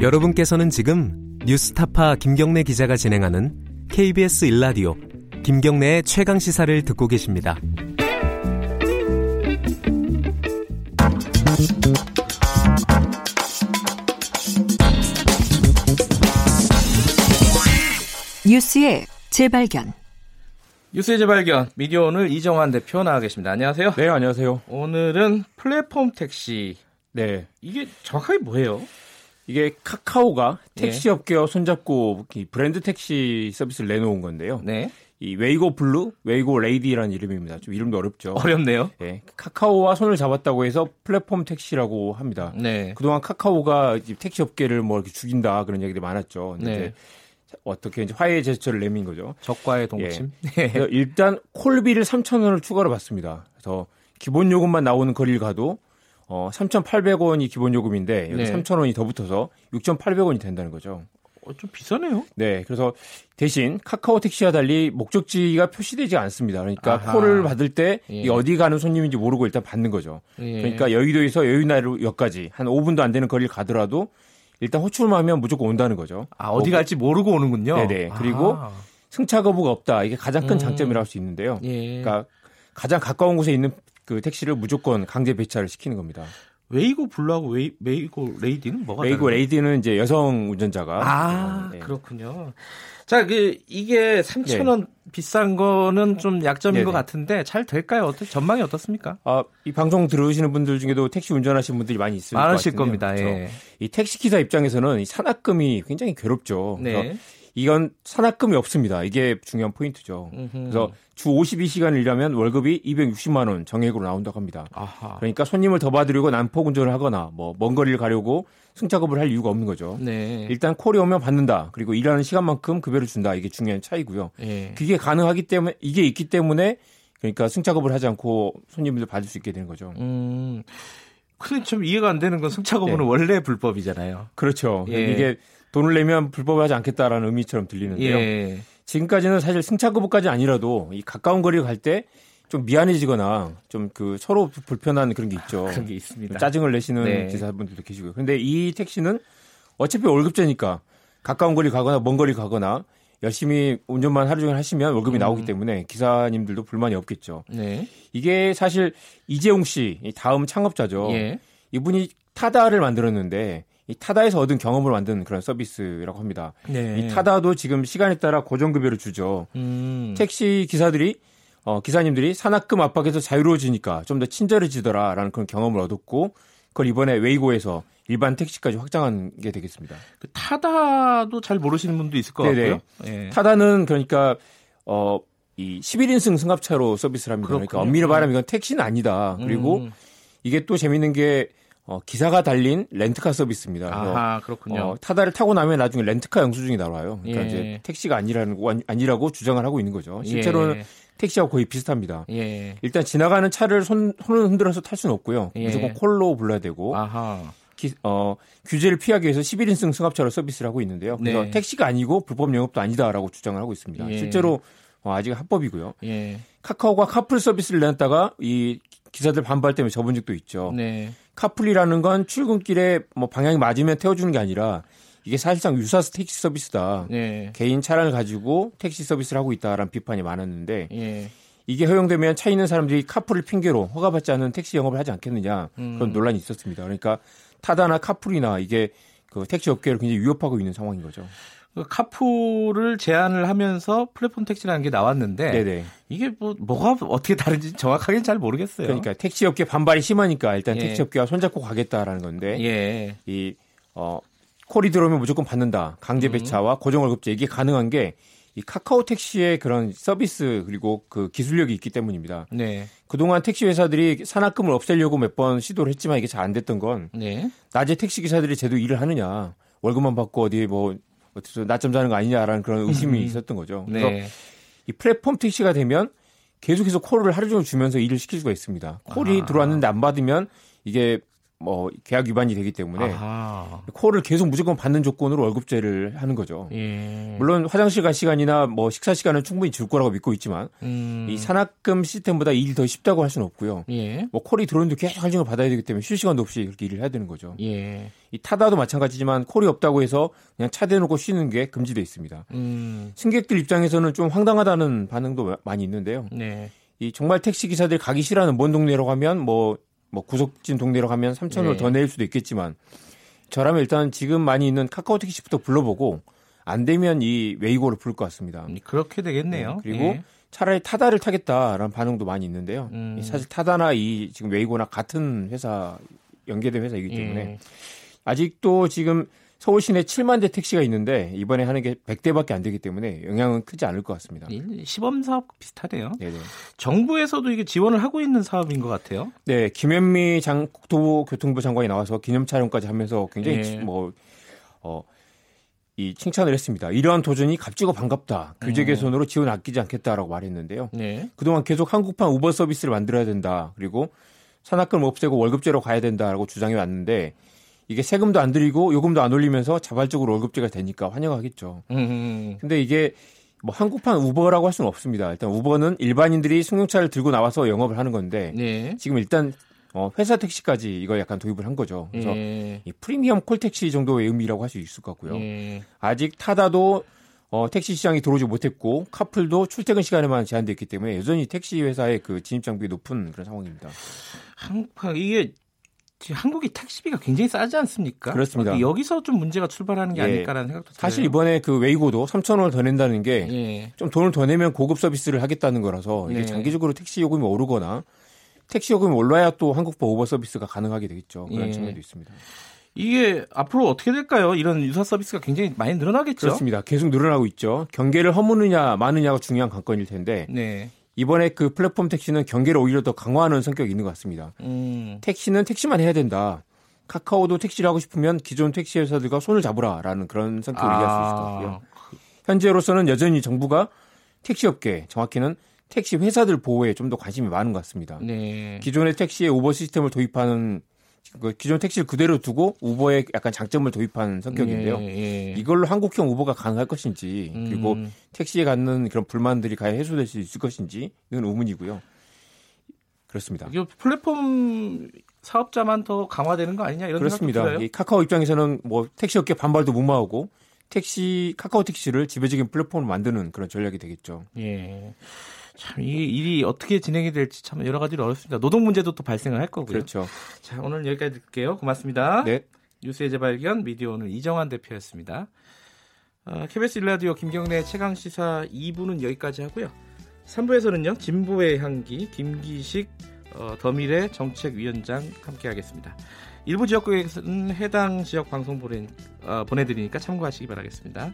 여러분께서는 지금 뉴스타파 김경래 기자가 진행하는 KBS 일라디오 김경래의 최강 시사를 듣고 계십니다. 뉴스의 재발견. 뉴스의 재발견 미디어 오늘 이정환 대표 나와 계십니다. 안녕하세요. 네, 안녕하세요. 오늘은 플랫폼 택시 네. 이게 정확하게 뭐예요? 이게 카카오가 네. 택시 업계와 손잡고 이 브랜드 택시 서비스를 내놓은 건데요. 네 이 웨이고 블루, 웨이고 레이디라는 이름입니다. 좀 이름도 어렵죠. 어렵네요. 네. 카카오와 손을 잡았다고 해서 플랫폼 택시라고 합니다. 네 그동안 카카오가 이제 택시 업계를 뭐 이렇게 죽인다 그런 얘기들이 많았죠. 근데 네. 이제 어떻게 이제 화해의 제스처를 내민 거죠. 적과의 동침. 동침. 그래서 일단 콜비를 3,000원을 추가로 받습니다. 그래서 기본 요금만 나오는 거리를 가도 어 3,800원이 기본 요금인데 여기 네. 3,000원이 더 붙어서 6,800원이 된다는 거죠. 어, 좀 비싸네요. 네, 그래서 대신 카카오 택시와 달리 목적지가 표시되지 않습니다. 그러니까 아하. 콜을 받을 때 이 예. 어디 가는 손님인지 모르고 일단 받는 거죠. 예. 그러니까 여의도에서 여의나루역까지 한 5분도 안 되는 거리를 가더라도 일단 호출만 하면 무조건 온다는 거죠. 아 어디 갈지 모르고 오는군요. 네네. 그리고 아. 승차 거부가 없다. 이게 가장 큰 음. 장점이라고 할 수 있는데요. 예. 그러니까 가장 가까운 곳에 있는 그 택시를 무조건 강제 배차를 시키는 겁니다. 웨이고 블루하고 웨이, 웨이고 레이디는 뭐가 메이고 다른가요? 레이디는 이제 여성 운전자가 아 네. 그렇군요. 자, 그 이게 3,000원 비싼 거는 좀 약점인 네네. 것 같은데 잘 될까요? 어떻 전망이 어떻습니까? 아, 이 방송 들으시는 분들 중에도 택시 운전하시는 분들이 많이 있을 많으실 것 같은데요. 겁니다. 그렇죠? 예. 이 택시 기사 입장에서는 이 산악금이 굉장히 괴롭죠. 그렇죠. 그래서 네. 이건 산악금이 없습니다. 이게 중요한 포인트죠. 그래서 주 52시간 일하면 월급이 260만 원 정액으로 나온다고 합니다. 아하. 그러니까 손님을 더 받으려고 난폭 운전을 하거나 뭐 먼 거리를 가려고 승차급을 할 이유가 없는 거죠. 네. 일단 콜이 오면 받는다. 그리고 일하는 시간만큼 급여를 준다. 이게 중요한 차이고요. 예. 그게 가능하기 때문에 이게 있기 때문에 그러니까 승차급을 하지 않고 손님들 받을 수 있게 되는 거죠. 음. 근데 좀 이해가 안 되는 건 승차 거부는 네. 원래 불법이잖아요. 그렇죠. 예. 이게 돈을 내면 불법하지 않겠다라는 의미처럼 들리는데요. 예. 지금까지는 사실 승차급까지 아니라도 이 가까운 거리를 갈 때 좀 미안해지거나 좀 그 서로 불편한 그런 게 있죠. 아, 그런 게 있습니다. 어. 짜증을 내시는 네. 기사분들도 계시고요. 근데 이 택시는 어차피 월급제니까 가까운 거리 가거나 먼 거리 가거나 열심히 운전만 하루 종일 하시면 음. 월급이 나오기 때문에 기사님들도 불만이 없겠죠. 네. 이게 사실 이재용 씨이 다음 창업자죠. 예. 이분이 타다를 만들었는데 이 타다에서 얻은 경험을 만든 그런 서비스라고 합니다. 네. 이 타다도 지금 시간에 따라 고정급여를 주죠. 음. 택시 기사들이 어, 기사님들이 산악금 압박에서 자유로워지니까 좀 더 친절해지더라라는 그런 경험을 얻었고 그걸 이번에 웨이고에서 일반 택시까지 확장한 게 되겠습니다. 그 타다도 잘 모르시는 분도 있을 것 네네. 같고요. 예. 타다는 그러니까 어, 이 11인승 승합차로 서비스를 합니다. 그러니까 그렇군요. 네. 엄밀히 말하면 이건 택시는 아니다. 그리고 음. 이게 또 재밌는 게 어, 기사가 달린 렌트카 서비스입니다. 그래서 아하, 그렇군요. 어, 타다를 타고 나면 나중에 렌트카 영수증이 나와요. 그러니까 예. 이제 택시가 아니라는 거, 아니라고 주장을 하고 있는 거죠. 실제로는 택시하고 거의 비슷합니다. 예. 예. 일단 지나가는 차를 손, 손을 흔들어서 탈 수는 없고요. 예. 무조건 콜로 불러야 되고 아하. 기- 어, 규제를 피하기 위해서 11인승 승합차로 서비스를 하고 있는데요. 그래서 네. 택시가 아니고 불법 영업도 아니다라고 주장을 하고 있습니다. 예. 실제로 어, 아직 합법이고요. 예. 카카오가 카풀 서비스를 내놨다가 이 기사들 반발 때문에 접은 적도 있죠. 네. 카풀이라는 건 출근길에 뭐 방향이 맞으면 태워주는 게 아니라 이게 사실상 유사 택시 서비스다. 예. 개인 차량을 가지고 택시 서비스를 하고 있다라는 비판이 많았는데 예. 이게 허용되면 차 있는 사람들이 카풀을 핑계로 허가받지 않은 택시 영업을 하지 않겠느냐 음. 그런 논란이 있었습니다. 그러니까 타다나 카풀이나 이게 그 택시 업계를 굉장히 위협하고 있는 상황인 거죠. 그 카풀을 제안을 하면서 플랫폼 택시라는 게 나왔는데 네네. 이게 뭐 뭐가 어떻게 다른지 정확하게는 잘 모르겠어요. 그러니까 택시 업계 반발이 심하니까 일단 예. 택시 업계와 손잡고 가겠다라는 건데 예. 이 어, 콜이 들어오면 무조건 받는다. 음. 강제 배차와 고정 월급제 이게 가능한 게 이 카카오 택시의 그런 서비스 그리고 그 기술력이 있기 때문입니다. 네. 그동안 택시 회사들이 산악금을 없애려고 몇 번 시도를 했지만 이게 잘 안 됐던 건 네. 낮에 택시 기사들이 제대로 일을 하느냐 월급만 받고 어디 뭐 어디서 낮잠 자는 거 아니냐라는 그런 의심이 있었던 거죠. 그래서 음, 네. 이 플랫폼 택시가 되면 아. 계속해서 콜을 하루 종일 주면서 일을 시킬 수가 있습니다. 콜이 들어왔는데 안 받으면 이게 뭐 계약 위반이 되기 때문에 아하. 콜을 계속 무조건 받는 조건으로 월급제를 하는 거죠. 예. 물론 화장실 갈 시간이나 뭐 식사 시간은 충분히 줄 거라고 믿고 있지만 음. 이 산학금 시스템보다 일이 더 쉽다고 할 수는 없고요. 예. 뭐 콜이 들어오는데 계속 할 시간을 받아야 되기 때문에 쉴 시간도 없이 그렇게 일을 해야 되는 거죠. 예. 이 타다도 마찬가지지만 콜이 없다고 해서 그냥 차 대놓고 쉬는 게 금지돼 있습니다. 음. 승객들 입장에서는 좀 황당하다는 반응도 많이 있는데요. 네. 이 정말 택시 기사들이 가기 싫어하는 먼 동네로 가면 뭐, 뭐 구석진 동네로 가면 3천 원을 네. 더 내일 수도 있겠지만 저라면 일단 지금 많이 있는 카카오 택시부터 불러보고 안 되면 이 웨이고를 부를 것 같습니다. 그렇게 되겠네요. 그리고 예. 차라리 타다를 타겠다라는 반응도 많이 있는데요. 음. 이 사실 타다나 이 지금 웨이고나 같은 회사 연계된 회사이기 예. 때문에 아직도 지금 서울 시내 7만 대 택시가 있는데 이번에 하는 게 100대밖에 안 되기 때문에 영향은 크지 않을 것 같습니다. 일- 시범 사업 비슷하네요. 네네. 정부에서도 이게 지원을 하고 있는 사업인 것 같아요. 네, 김현미 장 국토부 교통부 장관이 나와서 기념 촬영까지 하면서 굉장히 예. 지- 뭐 어. 이 칭찬을 했습니다. 이러한 도전이 값지고 반갑다. 규제 개선으로 지원 아끼지 않겠다라고 말했는데요. 네. 그동안 계속 한국판 우버 서비스를 만들어야 된다. 그리고 산악금 없애고 월급제로 가야 된다라고 주장해 왔는데 이게 세금도 안 들이고 요금도 안 올리면서 자발적으로 월급제가 되니까 환영하겠죠. 음. 근데 이게 뭐 한국판 우버라고 할 수는 없습니다. 일단 우버는 일반인들이 승용차를 들고 나와서 영업을 하는 건데 네. 지금 일단 어, 회사 택시까지 이거 약간 도입을 한 거죠. 그래서 예. 이 프리미엄 콜 택시 정도의 의미라고 할 수 있을 것 같고요. 예. 아직 타다도 어, 택시 시장이 들어오지 못했고 카풀도 출퇴근 시간에만 제한됐기 때문에 여전히 택시 회사의 그 진입 장벽이 높은 그런 상황입니다. 한국판 이게 지금 한국이 택시비가 굉장히 싸지 않습니까? 그렇습니다. 그러니까 여기서 좀 문제가 출발하는 게 예. 아닐까라는 생각도 들어요. 사실 이번에 그 웨이고도 3천 원을 더 낸다는 게 좀 예. 돈을 더 내면 고급 서비스를 하겠다는 거라서 이게 네. 장기적으로 택시 요금이 오르거나 택시 요금이 올라야 또 한국보 오버 서비스가 가능하게 되겠죠. 그런 예. 측면도 있습니다. 이게 앞으로 어떻게 될까요? 이런 유사 서비스가 굉장히 많이 늘어나겠죠. 그렇습니다. 계속 늘어나고 있죠. 경계를 허무느냐 마느냐가 중요한 관건일 텐데 네. 이번에 그 플랫폼 택시는 경계를 오히려 더 강화하는 성격이 있는 것 같습니다. 음. 택시는 택시만 해야 된다. 카카오도 택시를 하고 싶으면 기존 택시 회사들과 손을 잡으라라는 그런 성격을 얘기할 수 아, 있을 것 같고요. 현재로서는 여전히 정부가 택시업계, 정확히는 택시 회사들 보호에 좀 더 관심이 많은 것 같습니다. 네. 기존의 택시에 우버 시스템을 도입하는 그 기존 택시를 그대로 두고 우버의 약간 장점을 도입한 성격인데요. 예, 예. 이걸로 한국형 우버가 가능할 것인지 그리고 음. 택시에 갖는 그런 불만들이 과연 해소될 수 있을 것인지는 의문이고요. 그렇습니다. 이게 플랫폼 사업자만 더 강화되는 거 아니냐 이런 생각도 그렇습니다. 들어요. 이 카카오 입장에서는 뭐 택시 업계 반발도 무마하고 택시 카카오 택시를 지배적인 플랫폼을 만드는 그런 전략이 되겠죠. 예. 참, 이 일이 어떻게 진행이 될지 참 여러 가지로 어렵습니다. 노동 문제도 또 발생을 할 거고요. 아, 그렇죠. 자, 오늘 여기까지 듣게요. 고맙습니다. 네. 뉴스의 재발견 미디어 오늘 이정환 대표였습니다. 어, KBS 일라디오 김경래 최강 시사 2부는 여기까지 하고요. 3부에서는요 진보의 향기 김기식 어, 더미래 정책위원장 함께하겠습니다. 일부 지역구에서는 해당 지역 방송 보내, 어, 보내드리니까 참고하시기 바라겠습니다.